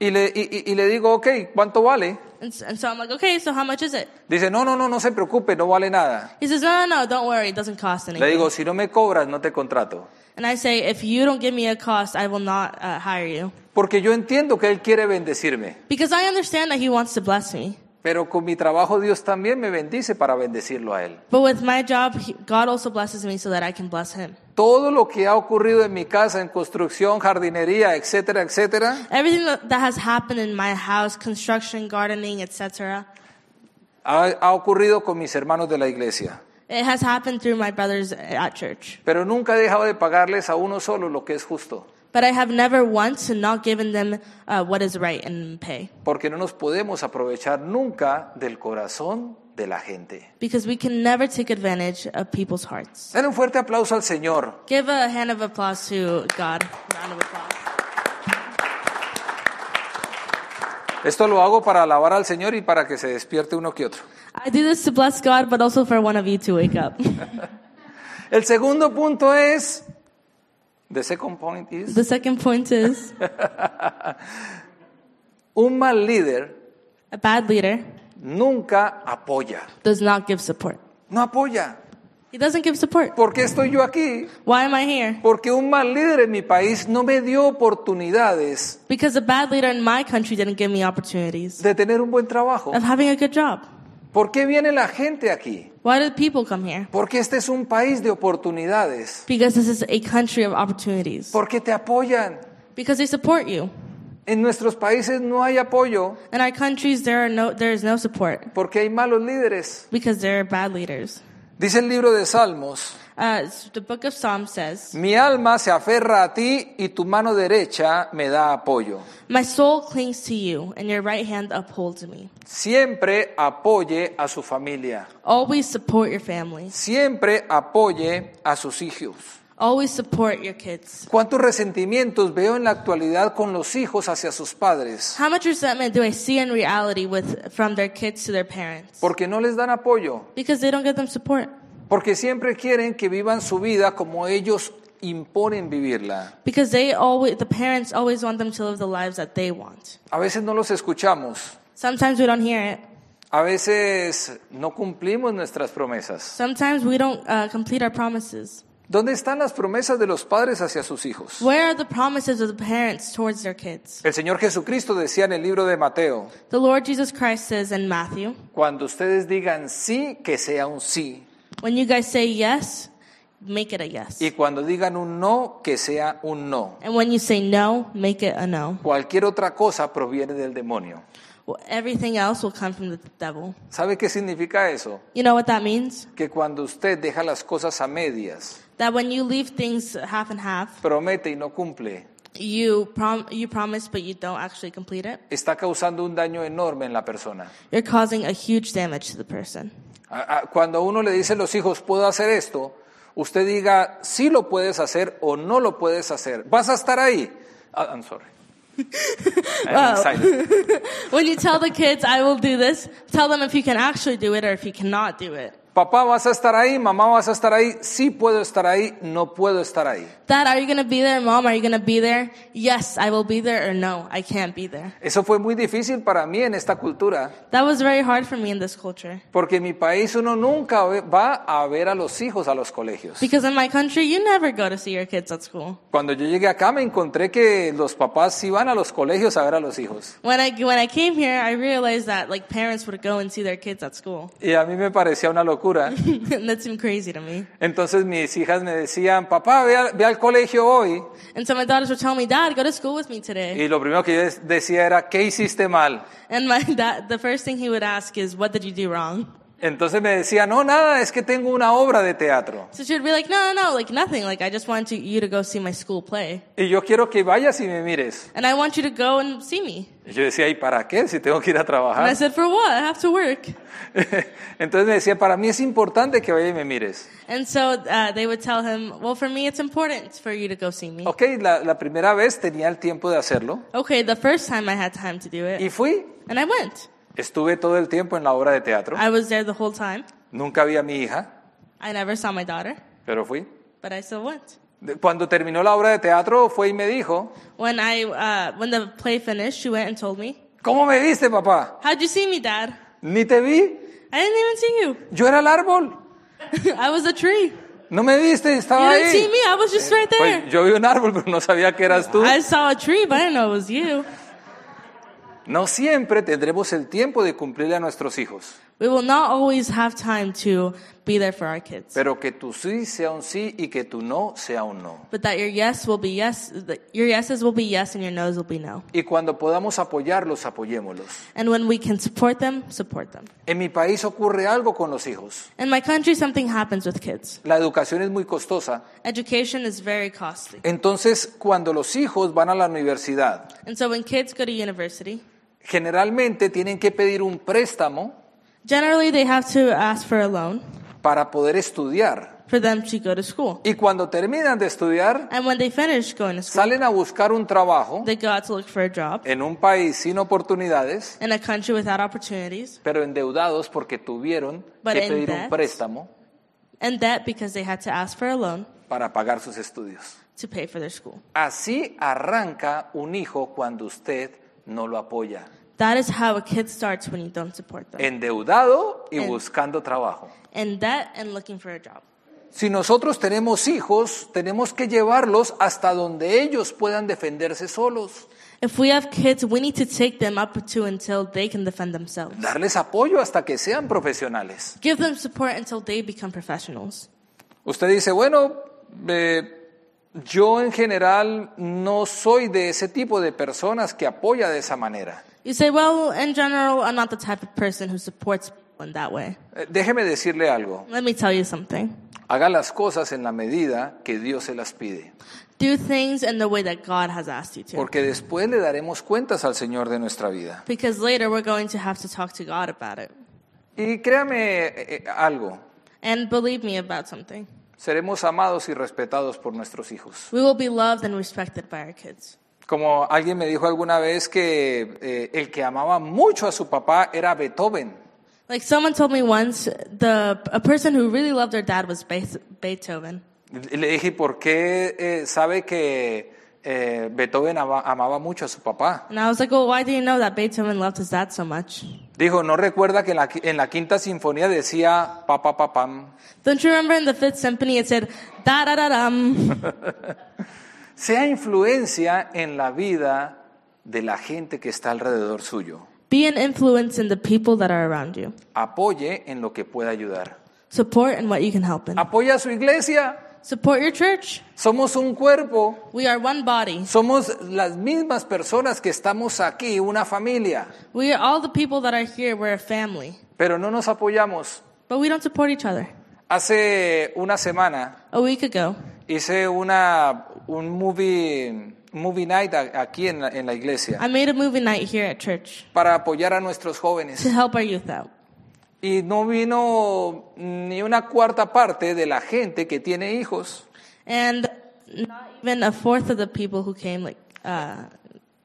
[SPEAKER 1] Y le, y- y- y le digo, ok, ¿cuánto vale?
[SPEAKER 2] And, s- and so I'm like, okay, so how much is it?
[SPEAKER 1] Dice, no, no, no, no se preocupe, no vale nada.
[SPEAKER 2] He says, no, no, no, don't worry. It doesn't cost
[SPEAKER 1] Le
[SPEAKER 2] anything.
[SPEAKER 1] digo, si no me cobras, no te contrato.
[SPEAKER 2] And I say, if you don't give me a cost, I will not uh, hire you.
[SPEAKER 1] Porque yo entiendo que Él quiere bendecirme,
[SPEAKER 2] Because I understand that he wants to bless me.
[SPEAKER 1] pero con mi trabajo Dios también me bendice para bendecirlo a Él.
[SPEAKER 2] But with my job, he, God also blesses me so that I can bless him.
[SPEAKER 1] Todo lo que ha ocurrido en mi casa, en construcción, jardinería, etcétera, etcétera,
[SPEAKER 2] Everything that that has happened in my house, construction, gardening, etc.,
[SPEAKER 1] ha, ha ocurrido con mis hermanos de la iglesia.
[SPEAKER 2] it has happened through my brothers at church.
[SPEAKER 1] Pero nunca he dejado de pagarles a uno solo lo que es justo,
[SPEAKER 2] But I have never once not given them uh, what is right in pay.
[SPEAKER 1] porque no nos podemos aprovechar nunca del corazón de la gente.
[SPEAKER 2] Because we can never take advantage of people's hearts.
[SPEAKER 1] Dale un fuerte aplauso al Señor.
[SPEAKER 2] Give a hand of applause to God. Round of applause.
[SPEAKER 1] Esto lo hago para alabar al Señor y para que se despierte uno que otro.
[SPEAKER 2] I do this to bless God, but also for one of you to wake up.
[SPEAKER 1] El segundo punto es. The second point is.
[SPEAKER 2] the second point is
[SPEAKER 1] Un mal líder
[SPEAKER 2] a bad leader
[SPEAKER 1] nunca apoya.
[SPEAKER 2] does not give support.
[SPEAKER 1] No apoya.
[SPEAKER 2] He doesn't give support.
[SPEAKER 1] ¿Por qué estoy yo aquí?
[SPEAKER 2] Why am I here?
[SPEAKER 1] Porque un mal líder en mi país no me dio oportunidades
[SPEAKER 2] Because a bad leader in my country didn't give me opportunities
[SPEAKER 1] de tener un buen trabajo.
[SPEAKER 2] of having a good job.
[SPEAKER 1] ¿Por qué viene la gente aquí?
[SPEAKER 2] Why do people come here?
[SPEAKER 1] Porque este es un país de oportunidades.
[SPEAKER 2] Because this is a country of opportunities.
[SPEAKER 1] Porque te apoyan.
[SPEAKER 2] Because they support you.
[SPEAKER 1] En nuestros países no hay apoyo
[SPEAKER 2] In our countries, there are no, there is no support
[SPEAKER 1] porque hay malos líderes.
[SPEAKER 2] because there are bad leaders.
[SPEAKER 1] Dice el libro de Salmos,
[SPEAKER 2] Uh, s- the book of Psalms says,
[SPEAKER 1] Mi alma se aferra a ti y tu mano derecha me da apoyo.
[SPEAKER 2] "My soul clings to you, and your right hand upholds me."
[SPEAKER 1] Siempre apoye a su familia.
[SPEAKER 2] Always support your family.
[SPEAKER 1] Siempre apoye a sus hijos.
[SPEAKER 2] Always support your kids.
[SPEAKER 1] ¿Cuántos resentimientos veo en la actualidad con los hijos hacia sus padres?
[SPEAKER 2] How much resentment do I see in reality with from their kids to their parents?
[SPEAKER 1] Porque no les dan apoyo.
[SPEAKER 2] Because they don't give them support.
[SPEAKER 1] Porque siempre quieren que vivan su vida como ellos imponen vivirla.
[SPEAKER 2] Because they always, the parents always want them to live the lives that they want.
[SPEAKER 1] A veces no los escuchamos.
[SPEAKER 2] Sometimes we don't hear it.
[SPEAKER 1] A veces no cumplimos nuestras promesas.
[SPEAKER 2] Sometimes we don't uh, complete our promises.
[SPEAKER 1] ¿Dónde están las promesas de los padres hacia sus hijos?
[SPEAKER 2] Where are the promises of the parents towards their kids?
[SPEAKER 1] El Señor Jesucristo decía en el libro de Mateo,
[SPEAKER 2] The Lord Jesus Christ says in Matthew,
[SPEAKER 1] cuando ustedes digan sí, que sea un sí,
[SPEAKER 2] when you guys say yes, make it a yes.
[SPEAKER 1] Y cuando digan un no, que sea un no.
[SPEAKER 2] And when you say no, make it a no.
[SPEAKER 1] Cualquier otra cosa proviene del demonio.
[SPEAKER 2] Well, everything else will come from the devil.
[SPEAKER 1] ¿Sabe qué significa eso?
[SPEAKER 2] You know what that means?
[SPEAKER 1] Que cuando usted deja las cosas a medias,
[SPEAKER 2] That when you leave things half and half,
[SPEAKER 1] promete y no cumple,
[SPEAKER 2] you prom- you promise but you don't actually complete it.
[SPEAKER 1] está causando un daño enorme en la persona.
[SPEAKER 2] You're causing a huge damage to the person.
[SPEAKER 1] A- a- Cuando uno le dice a los hijos, puedo hacer esto, usted diga, sí lo puedes hacer o no lo puedes hacer. Vas a estar ahí. Ah, I'm sorry. I'm
[SPEAKER 2] Wow.
[SPEAKER 1] silent.
[SPEAKER 2] When you tell the kids, I will do this, tell them if you can actually do it or if you cannot do it.
[SPEAKER 1] Papá, vas a estar ahí, mamá, vas a estar ahí. Sí puedo estar ahí, no puedo estar ahí.
[SPEAKER 2] Dad, are you going to be there? Mom, are you going to be there? Yes, I will be there or no, I can't be there.
[SPEAKER 1] Eso fue muy difícil para mí en esta cultura.
[SPEAKER 2] That was very hard for me in this culture.
[SPEAKER 1] Porque en mi país uno nunca ve- va a ver a los hijos a los colegios.
[SPEAKER 2] Because in my country, you never go to see your kids at school.
[SPEAKER 1] Cuando yo llegué acá me encontré que los papás iban a los colegios a ver a los hijos.
[SPEAKER 2] When I, when I came here, I realized that like parents would go and see their kids at school.
[SPEAKER 1] Y a mí me parecía una locura.
[SPEAKER 2] and that seemed crazy to me.
[SPEAKER 1] Entonces mis hijas me decían, papá, ve, al- ve al colegio hoy.
[SPEAKER 2] And so my daughters would tell me, Dad, go to school with me today.
[SPEAKER 1] Y lo primero que yo des- decía era, ¿qué hiciste mal?
[SPEAKER 2] And my dad, the first thing he would ask is, What did you do wrong?
[SPEAKER 1] Entonces me decía, no, nada, es que tengo una obra de teatro.
[SPEAKER 2] So she'd be like, No, no, no, like nothing. Like I just want to, you to go see my school play.
[SPEAKER 1] Y yo quiero que vayas y me mires.
[SPEAKER 2] And I want you to go and see me.
[SPEAKER 1] Y yo decía, ¿y para qué? Si tengo que ir a
[SPEAKER 2] And I
[SPEAKER 1] trabajar.
[SPEAKER 2] said, For what? I have to work.
[SPEAKER 1] Entonces me decía, para mí es importante que vayas y me mires.
[SPEAKER 2] And so uh, they would tell him, Well, for me, it's important for you to go see me.
[SPEAKER 1] Ok, la, la primera vez tenía el tiempo de hacerlo
[SPEAKER 2] Okay, the first time I had time to do it.
[SPEAKER 1] y fui.
[SPEAKER 2] And I went.
[SPEAKER 1] Estuve todo el tiempo en la obra de teatro.
[SPEAKER 2] I was there the whole time.
[SPEAKER 1] Nunca vi a mi hija,
[SPEAKER 2] I never saw my daughter,
[SPEAKER 1] pero fui.
[SPEAKER 2] but I still went.
[SPEAKER 1] De- Cuando terminó la obra de teatro fue y me dijo,
[SPEAKER 2] When I uh, when the play finished, she went and told me,
[SPEAKER 1] ¿cómo me viste papá?
[SPEAKER 2] "How'd you see me, Dad?
[SPEAKER 1] Ni te vi.
[SPEAKER 2] I didn't even see
[SPEAKER 1] Yo era el árbol.
[SPEAKER 2] you. I was a tree.
[SPEAKER 1] No me viste,
[SPEAKER 2] You
[SPEAKER 1] estaba
[SPEAKER 2] didn't see
[SPEAKER 1] ahí.
[SPEAKER 2] me. I was just right
[SPEAKER 1] Pues
[SPEAKER 2] there.
[SPEAKER 1] yo vi un árbol, pero no sabía que eras tú.
[SPEAKER 2] I saw a tree, but I didn't know it was you.
[SPEAKER 1] No siempre tendremos el tiempo de cumplirle a nuestros hijos,
[SPEAKER 2] We will not always have time to be there for our kids,
[SPEAKER 1] pero que tu sí sea un sí y que tu no sea un no.
[SPEAKER 2] but that your yes will be yes, that your yeses will be yes, and your nos will be no.
[SPEAKER 1] Y cuando podamos apoyarlos, apoyémoslos.
[SPEAKER 2] And when we can support them, support them.
[SPEAKER 1] En mi país ocurre algo con los hijos.
[SPEAKER 2] In my country, something happens with kids.
[SPEAKER 1] La educación es muy costosa.
[SPEAKER 2] Education is very costly,
[SPEAKER 1] Entonces, cuando los hijos van a la universidad,
[SPEAKER 2] and so when kids go to university,
[SPEAKER 1] generalmente tienen que pedir un préstamo
[SPEAKER 2] generally they have to ask for a loan
[SPEAKER 1] para poder estudiar.
[SPEAKER 2] for them to go to school.
[SPEAKER 1] Y cuando terminan de estudiar,
[SPEAKER 2] And when they finish going to school,
[SPEAKER 1] salen a buscar un trabajo
[SPEAKER 2] they go out to look for a job
[SPEAKER 1] en un país sin oportunidades,
[SPEAKER 2] in a country without opportunities
[SPEAKER 1] pero endeudados porque tuvieron
[SPEAKER 2] But
[SPEAKER 1] que
[SPEAKER 2] in
[SPEAKER 1] pedir un
[SPEAKER 2] debt.
[SPEAKER 1] préstamo
[SPEAKER 2] and debt because they had to ask for a loan
[SPEAKER 1] para pagar sus estudios.
[SPEAKER 2] to pay for their school.
[SPEAKER 1] Así arranca un hijo cuando usted no lo apoya.
[SPEAKER 2] That is how a kid starts when you don't support them.
[SPEAKER 1] Endeudado y
[SPEAKER 2] En-
[SPEAKER 1] buscando trabajo.
[SPEAKER 2] In debt and looking for a job.
[SPEAKER 1] Si nosotros tenemos hijos, tenemos que llevarlos hasta donde ellos puedan defenderse solos,
[SPEAKER 2] If we have kids, we need to take them up to until they can defend themselves.
[SPEAKER 1] darles apoyo hasta que sean profesionales.
[SPEAKER 2] Give them support until they become professionals.
[SPEAKER 1] Usted dice, bueno, eh, yo en general no soy de ese tipo de personas que apoya de esa manera.
[SPEAKER 2] You say, well, in general, I'm not the type of person who supports people in that way.
[SPEAKER 1] Eh, déjeme decirle algo,
[SPEAKER 2] Let me tell you something.
[SPEAKER 1] haga las cosas en la medida que Dios se las pide,
[SPEAKER 2] Do things in the way that God has asked you to.
[SPEAKER 1] porque después le daremos cuentas al Señor de nuestra vida.
[SPEAKER 2] Because later we're going to have to talk to God about it.
[SPEAKER 1] Y créame eh, eh, algo,
[SPEAKER 2] And believe me about something.
[SPEAKER 1] seremos amados y respetados por nuestros hijos.
[SPEAKER 2] We will be loved and respected by our kids.
[SPEAKER 1] Como alguien me dijo alguna vez que eh, el que amaba mucho a su papá era Beethoven.
[SPEAKER 2] Like someone told me once, the a person who really loved their dad was Beethe- Beethoven.
[SPEAKER 1] Y Le dije, ¿por qué eh, sabe que eh, Beethoven ama- amaba mucho a su papá?
[SPEAKER 2] And I was like, well, why do you know that Beethoven loved his dad so much?
[SPEAKER 1] Dijo, ¿no recuerda que en la, qui- en la quinta sinfonía decía papá papam?
[SPEAKER 2] Don't you remember in the Fifth Symphony it said da da da dum?
[SPEAKER 1] Sea influencia en la vida de la gente que está alrededor suyo.
[SPEAKER 2] Be an influence in the people that are around you.
[SPEAKER 1] Apoye en lo que pueda ayudar.
[SPEAKER 2] Support in what you can help in.
[SPEAKER 1] Apoya a su iglesia.
[SPEAKER 2] Support your church.
[SPEAKER 1] Somos un cuerpo,
[SPEAKER 2] We are one body.
[SPEAKER 1] somos las mismas personas que estamos aquí, una familia,
[SPEAKER 2] We are all the people that are here. We're a family.
[SPEAKER 1] pero no nos apoyamos.
[SPEAKER 2] But we don't support each other.
[SPEAKER 1] Hace una semana
[SPEAKER 2] A week ago,
[SPEAKER 1] hice una, un movie, movie night a- aquí en la, en la iglesia
[SPEAKER 2] I made a movie night here at church
[SPEAKER 1] para apoyar a nuestros jóvenes.
[SPEAKER 2] to help our youth out.
[SPEAKER 1] Y no vino ni una cuarta parte de la gente que tiene hijos.
[SPEAKER 2] And not even a fourth of the people who came like uh,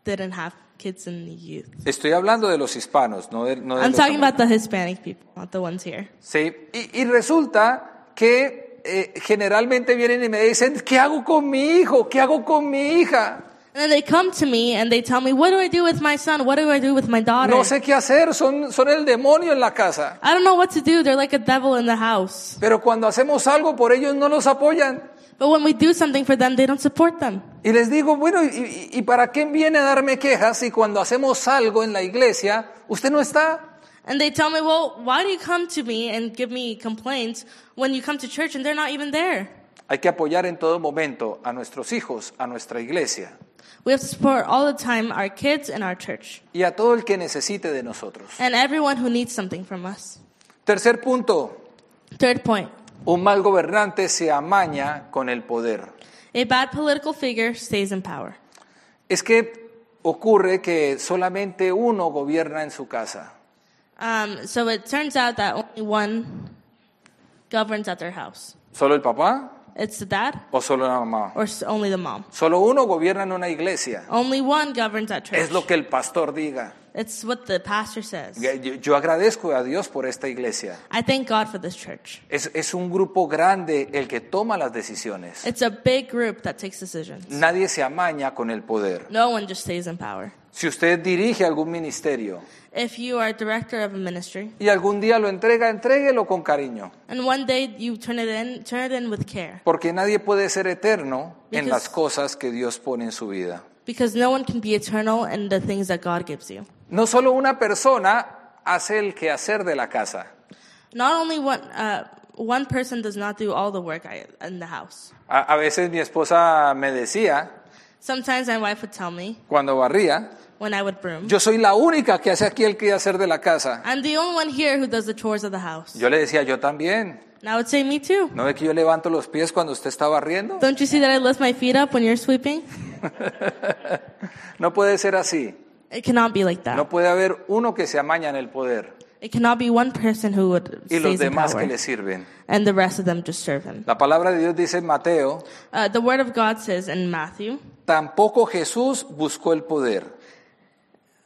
[SPEAKER 2] didn't have kids in the youth.
[SPEAKER 1] Estoy hablando de los hispanos, no de, no de
[SPEAKER 2] I'm
[SPEAKER 1] los
[SPEAKER 2] talking
[SPEAKER 1] americanos.
[SPEAKER 2] about the Hispanic people, not the ones here.
[SPEAKER 1] Sí, y, y resulta que eh, generalmente vienen y me dicen, ¿qué hago con mi hijo? ¿Qué hago con mi hija?
[SPEAKER 2] And then they come to me and they tell me, "What do I do with my son? What do I do with my daughter?"
[SPEAKER 1] No sé qué hacer, son, son el demonio en la casa.
[SPEAKER 2] I don't know what to do. They're like a devil in the house.
[SPEAKER 1] Pero cuando hacemos algo por ellos no nos apoyan.
[SPEAKER 2] But when we do something for them, they don't support them.
[SPEAKER 1] Y les digo, bueno, ¿y- ¿y, y para qué viene a darme quejas si cuando hacemos algo en la iglesia usted no está?
[SPEAKER 2] And they tell me, "Well, why do you come to me and give me complaints when you come to church and they're not even there?"
[SPEAKER 1] Hay que apoyar en todo momento a nuestros hijos, a nuestra iglesia
[SPEAKER 2] We have to support all the time our kids and our church
[SPEAKER 1] y a todo el que necesite de nosotros.
[SPEAKER 2] and everyone who needs something from us.
[SPEAKER 1] Tercer punto,
[SPEAKER 2] Third point.
[SPEAKER 1] un mal gobernante se amaña con el poder.
[SPEAKER 2] A bad political figure stays in power.
[SPEAKER 1] Es que ocurre que solamente uno gobierna en su casa.
[SPEAKER 2] Um, so it turns out that only one governs at their house.
[SPEAKER 1] ¿Solo el papá
[SPEAKER 2] It's the dad
[SPEAKER 1] o solo la mamá?
[SPEAKER 2] or s- only the mom.
[SPEAKER 1] Solo uno gobierna en una iglesia.
[SPEAKER 2] Only one governs at church.
[SPEAKER 1] Es lo que el pastor diga.
[SPEAKER 2] It's what the pastor says.
[SPEAKER 1] Yo- Yo agradezco a Dios por esta iglesia.
[SPEAKER 2] I thank God for this church.
[SPEAKER 1] Es, es un grupo grande el que toma las decisiones.
[SPEAKER 2] It's a big group that takes decisions.
[SPEAKER 1] Nadie se amaña con el poder.
[SPEAKER 2] No one just stays in power.
[SPEAKER 1] Si usted dirige algún ministerio
[SPEAKER 2] If you are director of a ministry
[SPEAKER 1] y algún día lo entrega, entréguelo con cariño.
[SPEAKER 2] and one day you turn it in, turn it in with care
[SPEAKER 1] Porque nadie puede ser eterno en
[SPEAKER 2] Because-
[SPEAKER 1] las cosas que Dios pone en su vida.
[SPEAKER 2] because no one can be eternal in the things that God gives you.
[SPEAKER 1] No solo una persona hace el quehacer de la casa.
[SPEAKER 2] Not only one uh, one person does not do all the work I, in the house.
[SPEAKER 1] A, a veces mi esposa me decía,
[SPEAKER 2] Sometimes my wife would tell me
[SPEAKER 1] cuando barría,
[SPEAKER 2] when I would broom,
[SPEAKER 1] yo soy la única que hace aquí el quehacer de la casa.
[SPEAKER 2] I'm the only one here who does the chores of the house.
[SPEAKER 1] Yo le decía, yo también.
[SPEAKER 2] And I would say, me too.
[SPEAKER 1] ¿No ve que yo levanto los pies cuando usted está barriendo?
[SPEAKER 2] Don't you see that I lift my feet up when you're sweeping?
[SPEAKER 1] No puede ser así.
[SPEAKER 2] It cannot be like that.
[SPEAKER 1] No puede haber uno que se amaña en el poder
[SPEAKER 2] It cannot be one person who would
[SPEAKER 1] y los
[SPEAKER 2] stays in
[SPEAKER 1] demás que
[SPEAKER 2] power
[SPEAKER 1] le sirven.
[SPEAKER 2] and the rest of them just serve him.
[SPEAKER 1] La palabra de Dios dice en Mateo,
[SPEAKER 2] Uh, the word of God says in Matthew,
[SPEAKER 1] tampoco Jesús buscó el poder,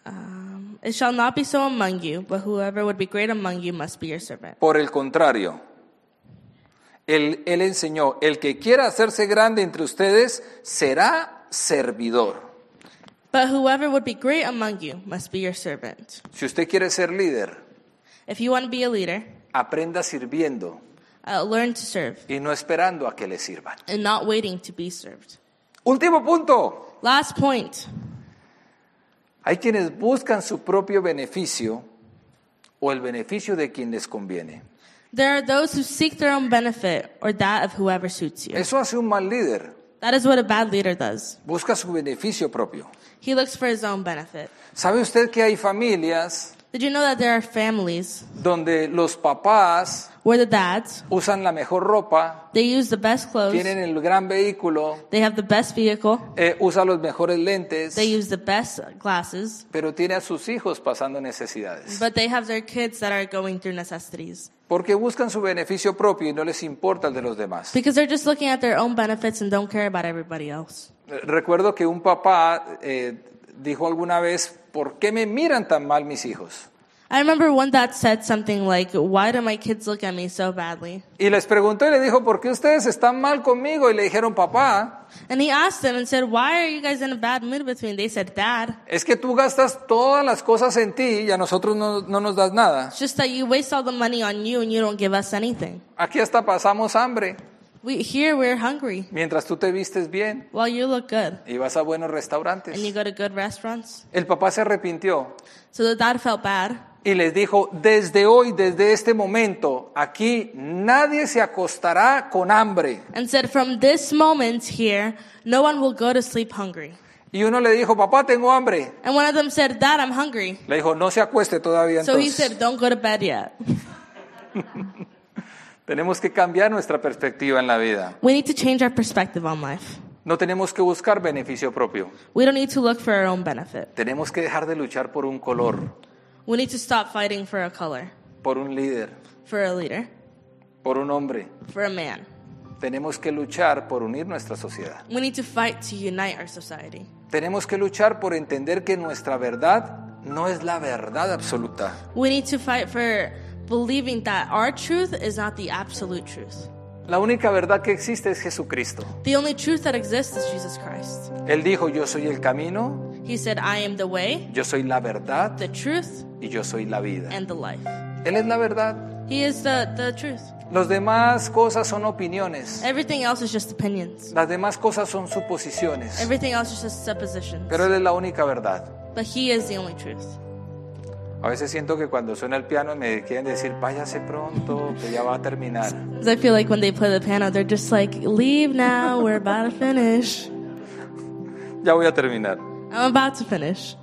[SPEAKER 2] um, "It shall not be so among you, but whoever would be great among you must be your servant."
[SPEAKER 1] Por el contrario, él, él enseñó, el que quiera hacerse grande entre ustedes será servidor.
[SPEAKER 2] But whoever would be great among you must be your servant.
[SPEAKER 1] Si usted quiere ser líder,
[SPEAKER 2] If you want to be a leader,
[SPEAKER 1] aprenda sirviendo
[SPEAKER 2] uh, learn to serve
[SPEAKER 1] y no esperando a que le sirvan.
[SPEAKER 2] and not waiting to be served.
[SPEAKER 1] Último punto,
[SPEAKER 2] Last point:
[SPEAKER 1] hay quienes buscan su propio beneficio o el beneficio de quien les conviene.
[SPEAKER 2] there are those who seek their own benefit or that of whoever suits you.
[SPEAKER 1] Eso hace un mal líder,
[SPEAKER 2] That is what a bad leader does.
[SPEAKER 1] busca su beneficio propio.
[SPEAKER 2] He looks for his own benefit.
[SPEAKER 1] ¿Sabe usted que hay familias
[SPEAKER 2] Did you know that there are families
[SPEAKER 1] donde los papás
[SPEAKER 2] where the dads
[SPEAKER 1] usan la mejor ropa,
[SPEAKER 2] they use the best clothes,
[SPEAKER 1] tienen el gran vehículo,
[SPEAKER 2] they have the best vehicle,
[SPEAKER 1] eh, usa los mejores lentes,
[SPEAKER 2] they use the best glasses,
[SPEAKER 1] pero tiene a sus hijos pasando necesidades.
[SPEAKER 2] but they have their kids that are going through necessities
[SPEAKER 1] Porque buscan su beneficio propio y no les importa el de los demás.
[SPEAKER 2] because they're just looking at their own benefits and don't care about everybody else.
[SPEAKER 1] Eh, Recuerdo que un papá eh, dijo alguna vez, ¿por qué me miran tan mal mis hijos?
[SPEAKER 2] I remember one that said something like, "Why do my kids look at me so badly?"
[SPEAKER 1] Y les preguntó y le dijo, ¿por qué ustedes están mal conmigo? Y le dijeron, papá,
[SPEAKER 2] And he asked them and said, "Why are you guys in a bad mood with me?" And they said, "Dad,
[SPEAKER 1] es que tú gastas todas las cosas en ti y a nosotros no, no nos das nada.
[SPEAKER 2] it's just that you waste all the money on you and you don't give us anything.
[SPEAKER 1] Aquí hasta pasamos hambre.
[SPEAKER 2] We, here we're hungry
[SPEAKER 1] Mientras tú te vistes bien
[SPEAKER 2] while you look good
[SPEAKER 1] y vas a buenos restaurantes.
[SPEAKER 2] and you go to good restaurants.
[SPEAKER 1] El papá se arrepintió
[SPEAKER 2] So the dad felt bad.
[SPEAKER 1] y les dijo, desde hoy, desde este momento, aquí nadie se acostará con hambre.
[SPEAKER 2] and said, From this moment here, no one will go to sleep hungry.
[SPEAKER 1] Y uno le dijo, papá, tengo hambre.
[SPEAKER 2] And one of them said, Dad, I'm hungry.
[SPEAKER 1] Le dijo, no se acueste todavía
[SPEAKER 2] So he
[SPEAKER 1] entonces.
[SPEAKER 2] said, Don't go to bed yet.
[SPEAKER 1] Tenemos que cambiar nuestra perspectiva en la vida.
[SPEAKER 2] We need to change our perspective on life.
[SPEAKER 1] No tenemos que buscar beneficio propio.
[SPEAKER 2] We don't need to look for our own benefit.
[SPEAKER 1] Tenemos que dejar de luchar por un color,
[SPEAKER 2] We need to stop fighting for a color,
[SPEAKER 1] por un líder,
[SPEAKER 2] for a leader,
[SPEAKER 1] por un hombre.
[SPEAKER 2] for a man.
[SPEAKER 1] Tenemos que luchar por unir nuestra sociedad.
[SPEAKER 2] We need to fight to unite our society.
[SPEAKER 1] Tenemos que luchar por entender que nuestra verdad no es la verdad absoluta.
[SPEAKER 2] We need to fight for believing that our truth is not the absolute truth.
[SPEAKER 1] La única verdad que existe es Jesucristo.
[SPEAKER 2] The only truth that exists is Jesus Christ.
[SPEAKER 1] Él dijo, yo soy el camino,
[SPEAKER 2] He said, I am the way,
[SPEAKER 1] yo soy la verdad
[SPEAKER 2] the truth,
[SPEAKER 1] y yo soy la vida.
[SPEAKER 2] and the life.
[SPEAKER 1] Él es la verdad.
[SPEAKER 2] He is the, the truth.
[SPEAKER 1] Las demás cosas son opiniones.
[SPEAKER 2] Everything else is just opinions.
[SPEAKER 1] Las demás cosas son suposiciones.
[SPEAKER 2] Everything else is just suppositions.
[SPEAKER 1] Pero Él es la única verdad.
[SPEAKER 2] But he is the only truth.
[SPEAKER 1] A veces siento que cuando suena el piano me quieren decir, váyase pronto, que ya va a terminar.
[SPEAKER 2] 'Cause I feel like when they play the piano, they're just like, leave now, we're about to finish.
[SPEAKER 1] Ya voy a terminar.
[SPEAKER 2] I'm about to finish.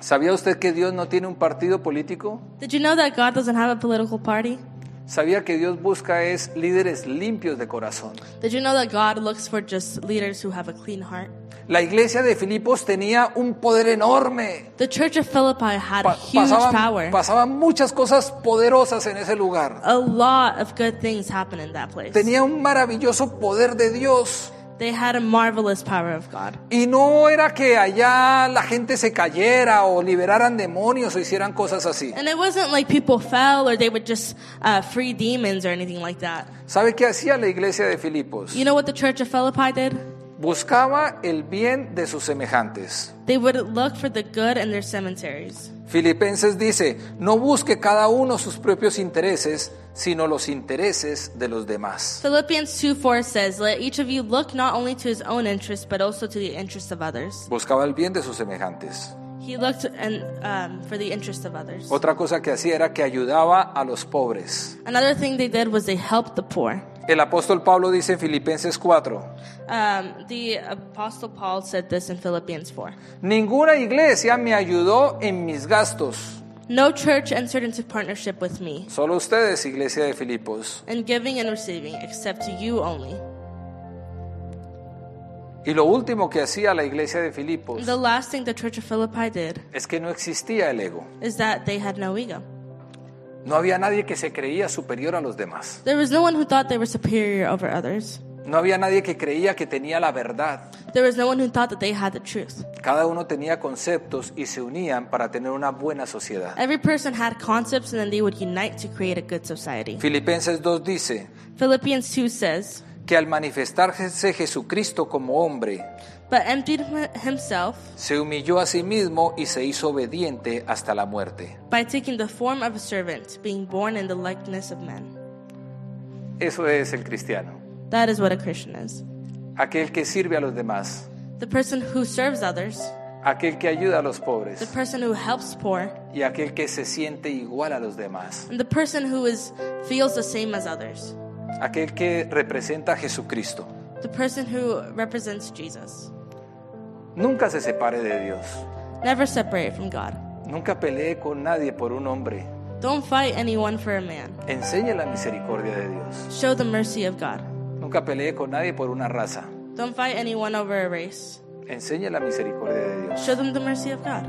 [SPEAKER 1] ¿Sabía usted que Dios no tiene un partido político?
[SPEAKER 2] Did you know that God doesn't have a political party?
[SPEAKER 1] ¿Sabía que Dios busca es líderes limpios de corazón?
[SPEAKER 2] Did you know that God looks for just leaders who have a clean heart?
[SPEAKER 1] La iglesia de Filipos tenía un poder enorme.
[SPEAKER 2] The church of Philippi had
[SPEAKER 1] Pa-
[SPEAKER 2] huge
[SPEAKER 1] pasaban,
[SPEAKER 2] power.
[SPEAKER 1] pasaban muchas cosas poderosas en ese lugar.
[SPEAKER 2] a lot of good things happened in that place.
[SPEAKER 1] Tenía un maravilloso poder de Dios.
[SPEAKER 2] They had a marvelous power of God.
[SPEAKER 1] Y no era que allá la gente se cayera o liberaran demonios o hicieran cosas así.
[SPEAKER 2] And it wasn't like people fell or they would just uh, free demons or anything like that.
[SPEAKER 1] ¿Sabe qué hacía la iglesia de Filipos?
[SPEAKER 2] You know what the church of Philippi did?
[SPEAKER 1] Buscaba el bien de sus semejantes.
[SPEAKER 2] They would look for the good in their cemeteries.
[SPEAKER 1] Filipenses dice, no busque cada uno sus propios intereses, sino los intereses de los demás.
[SPEAKER 2] Philippians 2 4 says, Let each of you look not only to his own interests, but also to the interests of others.
[SPEAKER 1] Buscaba el bien de sus semejantes.
[SPEAKER 2] He looked and, um, for the interests of others.
[SPEAKER 1] Otra cosa que hacía era que ayudaba a los pobres.
[SPEAKER 2] Another thing they did was they helped the poor.
[SPEAKER 1] El apóstol Pablo dice en Filipenses 4,
[SPEAKER 2] Um, the Apostle Paul said this in Philippians 4.
[SPEAKER 1] ninguna iglesia me ayudó en mis gastos.
[SPEAKER 2] No church entered into partnership with me,
[SPEAKER 1] Solo ustedes, iglesia de Filipos.
[SPEAKER 2] in giving and receiving, except to you only.
[SPEAKER 1] Y lo último que hacía la iglesia de Filipos
[SPEAKER 2] The last thing the church of Philippi did
[SPEAKER 1] es que no existía el ego.
[SPEAKER 2] is that they had no ego.
[SPEAKER 1] No había nadie que se creía superior a los demás.
[SPEAKER 2] There was no one who thought they were superior over others.
[SPEAKER 1] No había nadie que creía que tenía la verdad.
[SPEAKER 2] There was no one who thought that they had the truth.
[SPEAKER 1] Cada uno tenía conceptos y se unían para tener una buena sociedad.
[SPEAKER 2] Every person had concepts and then they would unite to create a good society.
[SPEAKER 1] Filipenses 2 dice
[SPEAKER 2] Philippians 2 says,
[SPEAKER 1] que al manifestarse Jesucristo como hombre,
[SPEAKER 2] But emptied him- himself
[SPEAKER 1] se humilló a sí mismo y se hizo obediente hasta la muerte.
[SPEAKER 2] by taking the form of a servant, being born in the likeness of men.
[SPEAKER 1] Eso es el cristiano,
[SPEAKER 2] That is what a Christian is.
[SPEAKER 1] aquel que sirve a los demás,
[SPEAKER 2] The person who serves others,
[SPEAKER 1] aquel que ayuda a los
[SPEAKER 2] the
[SPEAKER 1] pobres
[SPEAKER 2] person who helps poor,
[SPEAKER 1] y aquel que se siente igual a los demás,
[SPEAKER 2] and the person who is feels the same as others.
[SPEAKER 1] aquel que representa a Jesucristo.
[SPEAKER 2] The person who represents Jesus.
[SPEAKER 1] Nunca se separe de Dios,
[SPEAKER 2] Never separate from God.
[SPEAKER 1] nunca pelee con nadie por un hombre.
[SPEAKER 2] Don't fight anyone for a man.
[SPEAKER 1] Enseñe la misericordia de Dios.
[SPEAKER 2] Show the mercy of God.
[SPEAKER 1] Nunca pelee con nadie por una raza.
[SPEAKER 2] Don't fight anyone over a race.
[SPEAKER 1] Enseñe la misericordia de Dios.
[SPEAKER 2] Show them the mercy of God.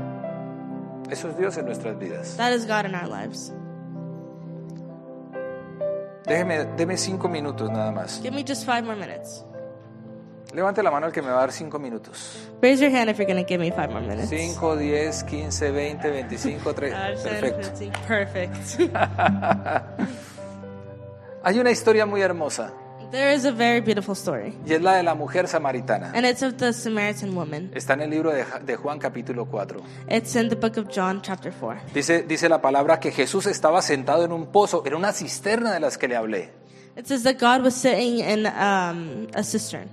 [SPEAKER 1] Eso es Dios en nuestras vidas.
[SPEAKER 2] That is God in our lives.
[SPEAKER 1] Déjeme, deme cinco minutos nada más.
[SPEAKER 2] Give me just five more minutes.
[SPEAKER 1] Levante la mano el que me va a dar cinco minutos.
[SPEAKER 2] Raise your hand if you're going to give me five more minutes.
[SPEAKER 1] Cinco, diez, quince, veinte, veinticinco,
[SPEAKER 2] Five,
[SPEAKER 1] tres.
[SPEAKER 2] ten,
[SPEAKER 1] Perfecto.
[SPEAKER 2] 15. Perfect.
[SPEAKER 1] Hay una historia muy hermosa
[SPEAKER 2] there is a very beautiful story,
[SPEAKER 1] y es la de la mujer samaritana.
[SPEAKER 2] and it's of the Samaritan woman.
[SPEAKER 1] Está en el libro de, Ja- de Juan capítulo 4.
[SPEAKER 2] It's in the book of John, chapter 4.
[SPEAKER 1] Dice, dice la palabra que Jesús estaba sentado en un pozo, era una cisterna de las que le hablé.
[SPEAKER 2] It says that God was sitting in um, a cistern,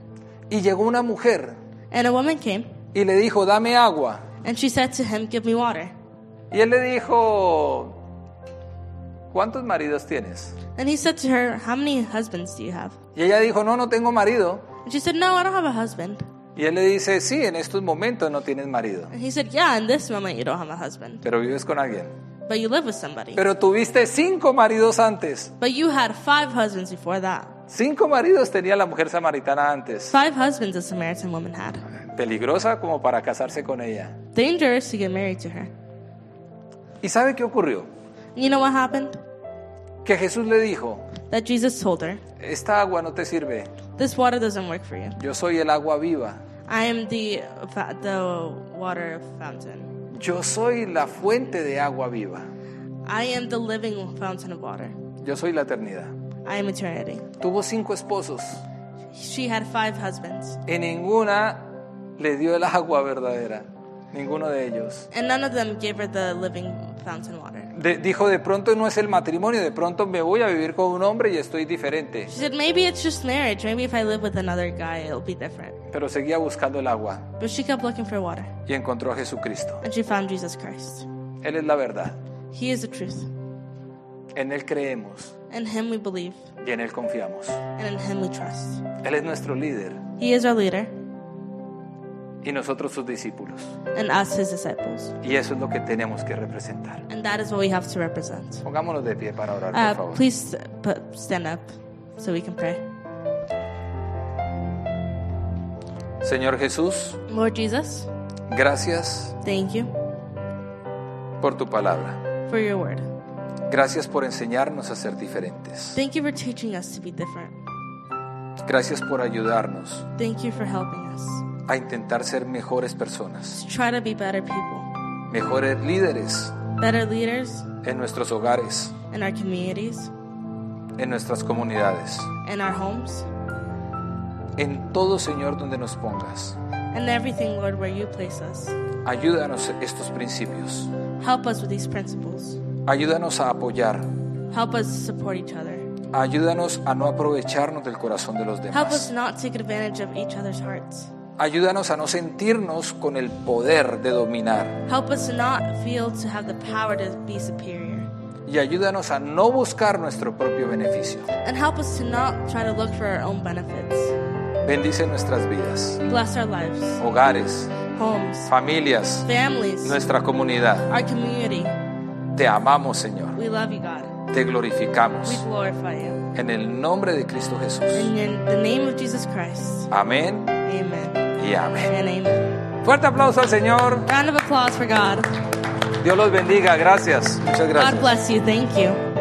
[SPEAKER 1] Y llegó una mujer
[SPEAKER 2] and a woman came,
[SPEAKER 1] y le dijo, dame agua.
[SPEAKER 2] and she said to him, "Give me water."
[SPEAKER 1] Y él le dijo, ¿cuántos maridos tienes?
[SPEAKER 2] And he said to her, "How many husbands do you have?"
[SPEAKER 1] Y ella dijo, no, no tengo marido.
[SPEAKER 2] And she said, "No, I don't have a husband."
[SPEAKER 1] Y él le dice, sí, en estos momentos no tienes marido,
[SPEAKER 2] And he said, "Yeah, in this moment you don't have a husband,
[SPEAKER 1] pero vives con alguien.
[SPEAKER 2] but you live with somebody.
[SPEAKER 1] Pero tuviste cinco maridos antes.
[SPEAKER 2] But you had five husbands before that.
[SPEAKER 1] Cinco maridos tenía la mujer samaritana antes.
[SPEAKER 2] Five husbands a Samaritan woman had.
[SPEAKER 1] Peligrosa como para casarse con ella.
[SPEAKER 2] Dangerous to get married to her.
[SPEAKER 1] ¿Y sabe qué ocurrió?
[SPEAKER 2] You know what happened?
[SPEAKER 1] Que Jesús le dijo,
[SPEAKER 2] That Jesus told her,
[SPEAKER 1] esta agua no te sirve,
[SPEAKER 2] "This water doesn't work for you.
[SPEAKER 1] yo soy el agua viva,
[SPEAKER 2] I am the fa- the water fountain.
[SPEAKER 1] yo soy la fuente de agua viva,
[SPEAKER 2] I am the living fountain of water.
[SPEAKER 1] yo soy la eternidad.
[SPEAKER 2] I am eternity."
[SPEAKER 1] Tuvo cinco esposos,
[SPEAKER 2] She had five husbands,
[SPEAKER 1] y ninguna le dio el agua verdadera, ninguno de ellos.
[SPEAKER 2] and none of them gave her the living fountain water.
[SPEAKER 1] De- dijo, de pronto no es el matrimonio, de pronto me voy a vivir con un hombre y estoy diferente,
[SPEAKER 2] She said, maybe it's just marriage. Maybe if I live with another guy, it'll be different.
[SPEAKER 1] pero seguía buscando el agua
[SPEAKER 2] But she kept looking for water,
[SPEAKER 1] y encontró a Jesucristo.
[SPEAKER 2] and she found Jesus Christ.
[SPEAKER 1] Él es la verdad,
[SPEAKER 2] He is the truth.
[SPEAKER 1] en Él creemos
[SPEAKER 2] In Him we believe,
[SPEAKER 1] y en Él confiamos.
[SPEAKER 2] and in Him we trust.
[SPEAKER 1] Él es nuestro líder
[SPEAKER 2] He is our leader,
[SPEAKER 1] y nosotros sus discípulos.
[SPEAKER 2] and us His disciples.
[SPEAKER 1] Y eso es lo que tenemos que representar.
[SPEAKER 2] And that is what we have to represent.
[SPEAKER 1] Pongámonos de pie para orar,
[SPEAKER 2] Uh,
[SPEAKER 1] por favor.
[SPEAKER 2] please uh, put, stand up so we can pray.
[SPEAKER 1] Señor Jesús,
[SPEAKER 2] Lord Jesus,
[SPEAKER 1] gracias
[SPEAKER 2] thank you
[SPEAKER 1] por tu palabra.
[SPEAKER 2] for your word.
[SPEAKER 1] Gracias por enseñarnos a ser diferentes.
[SPEAKER 2] Thank you for teaching us to be different.
[SPEAKER 1] Gracias por ayudarnos
[SPEAKER 2] Thank you for helping us
[SPEAKER 1] a intentar ser mejores personas,
[SPEAKER 2] to try to be better people,
[SPEAKER 1] mejores líderes
[SPEAKER 2] better leaders
[SPEAKER 1] en nuestros hogares,
[SPEAKER 2] in our communities,
[SPEAKER 1] en nuestras comunidades,
[SPEAKER 2] in our homes.
[SPEAKER 1] en todo, Señor, donde nos pongas.
[SPEAKER 2] and everything, Lord, where you place us.
[SPEAKER 1] Ayúdanos estos principios.
[SPEAKER 2] Help us with these principles.
[SPEAKER 1] Ayúdanos a apoyar.
[SPEAKER 2] Help us support each other.
[SPEAKER 1] Ayúdanos a no aprovecharnos del corazón de los
[SPEAKER 2] Help us
[SPEAKER 1] demás.
[SPEAKER 2] not take advantage of each other's hearts.
[SPEAKER 1] Ayúdanos a no sentirnos con el poder de dominar
[SPEAKER 2] Help us not feel to have the power to be superior.
[SPEAKER 1] y ayúdanos a no buscar nuestro propio beneficio.
[SPEAKER 2] And help us to not try to look for our own benefits.
[SPEAKER 1] Bendice nuestras vidas,
[SPEAKER 2] Bless our lives,
[SPEAKER 1] hogares,
[SPEAKER 2] homes,
[SPEAKER 1] familias,
[SPEAKER 2] families,
[SPEAKER 1] nuestra comunidad.
[SPEAKER 2] our community.
[SPEAKER 1] Te amamos, Señor.
[SPEAKER 2] We love you, God.
[SPEAKER 1] Te
[SPEAKER 2] We
[SPEAKER 1] glorificamos.
[SPEAKER 2] glorify you.
[SPEAKER 1] En el nombre de Cristo Jesús.
[SPEAKER 2] In your- the name of Jesus Christ,
[SPEAKER 1] Amén
[SPEAKER 2] amen
[SPEAKER 1] y amén.
[SPEAKER 2] and amen.
[SPEAKER 1] Fuerte aplauso al Señor.
[SPEAKER 2] Round of applause for God.
[SPEAKER 1] Dios los bendiga. Gracias. Muchas
[SPEAKER 2] God
[SPEAKER 1] gracias.
[SPEAKER 2] bless you. Thank you.